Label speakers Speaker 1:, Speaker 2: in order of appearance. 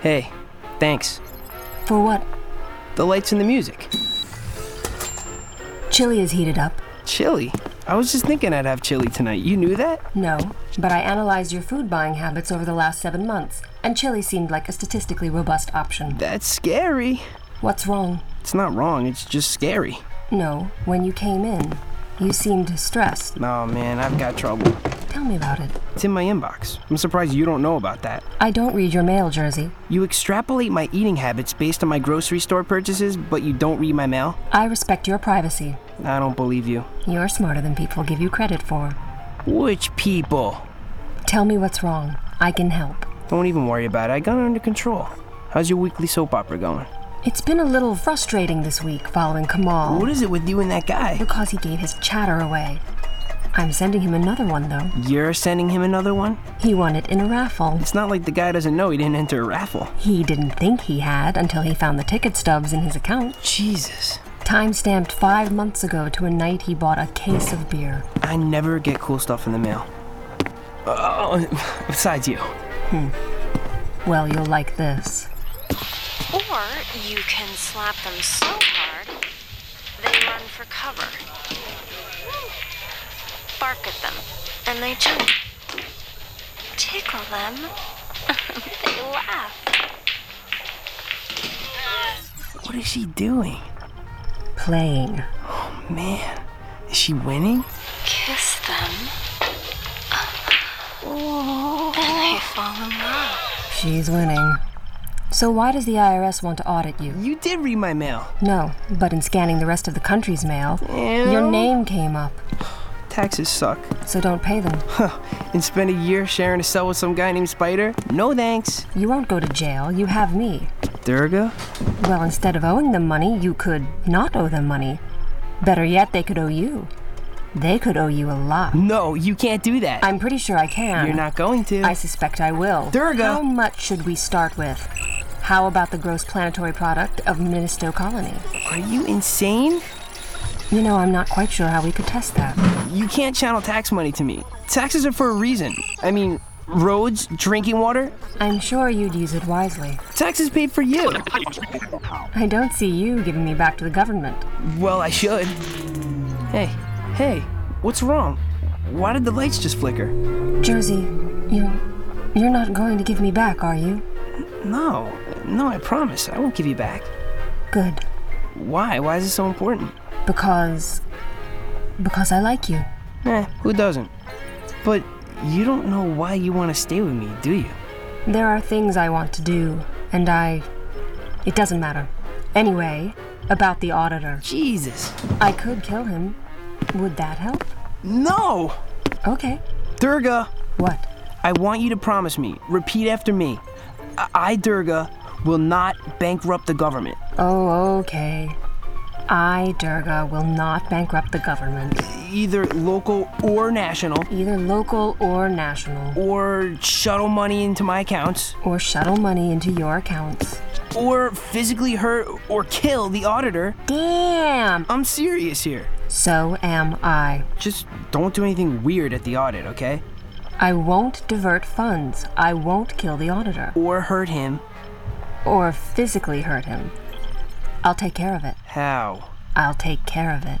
Speaker 1: Hey, thanks.
Speaker 2: For what?
Speaker 1: The lights and the music.
Speaker 2: Chili is heated up.
Speaker 1: Chili? I was just thinking I'd have chili tonight. You knew that?
Speaker 2: No, but I analyzed your food buying habits over the last seven months, and chili seemed like a statistically robust option.
Speaker 1: That's scary.
Speaker 2: What's wrong?
Speaker 1: It's not wrong, it's just scary.
Speaker 2: No, when you came in, you seemed stressed.
Speaker 1: Oh man, I've got trouble.
Speaker 2: Tell me about it.
Speaker 1: It's in my inbox. I'm surprised you don't know about that.
Speaker 2: I don't read your mail, Jersey.
Speaker 1: You extrapolate my eating habits based on my grocery store purchases, but you don't read my mail?
Speaker 2: I respect your privacy.
Speaker 1: I don't believe you.
Speaker 2: You're smarter than people give you credit for.
Speaker 1: Which people?
Speaker 2: Tell me what's wrong. I can help.
Speaker 1: Don't even worry about it. I got it under control. How's your weekly soap opera going?
Speaker 2: It's been a little frustrating this week following Kamal.
Speaker 1: What is it with you and that guy?
Speaker 2: Because he gave his chatter away. I'm sending him another one, though.
Speaker 1: You're sending him another one?
Speaker 2: He won it in a raffle.
Speaker 1: It's not like the guy doesn't know he didn't enter a raffle.
Speaker 2: He didn't think he had until he found the ticket stubs in his account.
Speaker 1: Jesus.
Speaker 2: Time stamped five months ago to a night he bought a case of beer.
Speaker 1: I never get cool stuff in the mail. Oh, besides you.
Speaker 2: Well, you'll like this.
Speaker 3: Or you can slap them so hard they run for cover. Bark at them and they jump. Tickle them. they laugh.
Speaker 1: What is she doing?
Speaker 2: Playing.
Speaker 1: Man, is she winning?
Speaker 3: Kiss them. And they fall in love.
Speaker 2: She's winning. So, why does the IRS want to audit you?
Speaker 1: You did read my mail.
Speaker 2: No, but in scanning the rest of the country's mail, your name came up,
Speaker 1: Taxes suck.
Speaker 2: so don't pay them.
Speaker 1: Huh. And spend a year sharing a cell with some guy named Spider? No thanks.
Speaker 2: You won't go to jail, you have me.
Speaker 1: Durga?
Speaker 2: Well, instead of owing them money, you could not owe them money. Better yet, they could owe you. They could owe you a lot.
Speaker 1: No, you can't do that.
Speaker 2: I'm pretty sure I can.
Speaker 1: You're not going to.
Speaker 2: I suspect I will.
Speaker 1: Durga!
Speaker 2: How much should we start with? How about the gross planetary product of Ministo Colony?
Speaker 1: Are you insane?
Speaker 2: You know, I'm not quite sure how we could test that.
Speaker 1: You can't channel tax money to me. Taxes are for a reason. I mean, roads, drinking water,
Speaker 2: I'm sure you'd use it wisely.
Speaker 1: taxes paid for you.
Speaker 2: I don't see you giving me back to the government.
Speaker 1: Well, I should. Hey, hey, what's wrong? Why did the lights just flicker?
Speaker 2: Jersey, you're, you're not going to give me back, are you?
Speaker 1: No, no, I promise. I won't give you back.
Speaker 2: Good.
Speaker 1: Why? Why is it so important?
Speaker 2: Because. Because I like you.
Speaker 1: Eh, who doesn't? But you don't know why you want to stay with me, do you?
Speaker 2: There are things I want to do, and I. It doesn't matter. Anyway, about the auditor.
Speaker 1: Jesus.
Speaker 2: I could kill him. Would that help?
Speaker 1: No!
Speaker 2: Okay.
Speaker 1: Durga,
Speaker 2: What?
Speaker 1: I want you to promise me, repeat after me. I, I Durga, will not bankrupt the government.
Speaker 2: Oh, okay. I, Durga, will not bankrupt the government,
Speaker 1: either local or national,
Speaker 2: either local or national,
Speaker 1: or shuttle money into my accounts,
Speaker 2: or shuttle money into your accounts.
Speaker 1: or physically hurt or kill the auditor.
Speaker 2: Damn!
Speaker 1: I'm serious here.
Speaker 2: So am I.
Speaker 1: Just don't do anything weird at the audit, okay?
Speaker 2: I won't divert funds. I won't kill the auditor
Speaker 1: Or hurt him.
Speaker 2: or physically hurt him. I'll take care of it.
Speaker 1: How?
Speaker 2: I'll take care of it.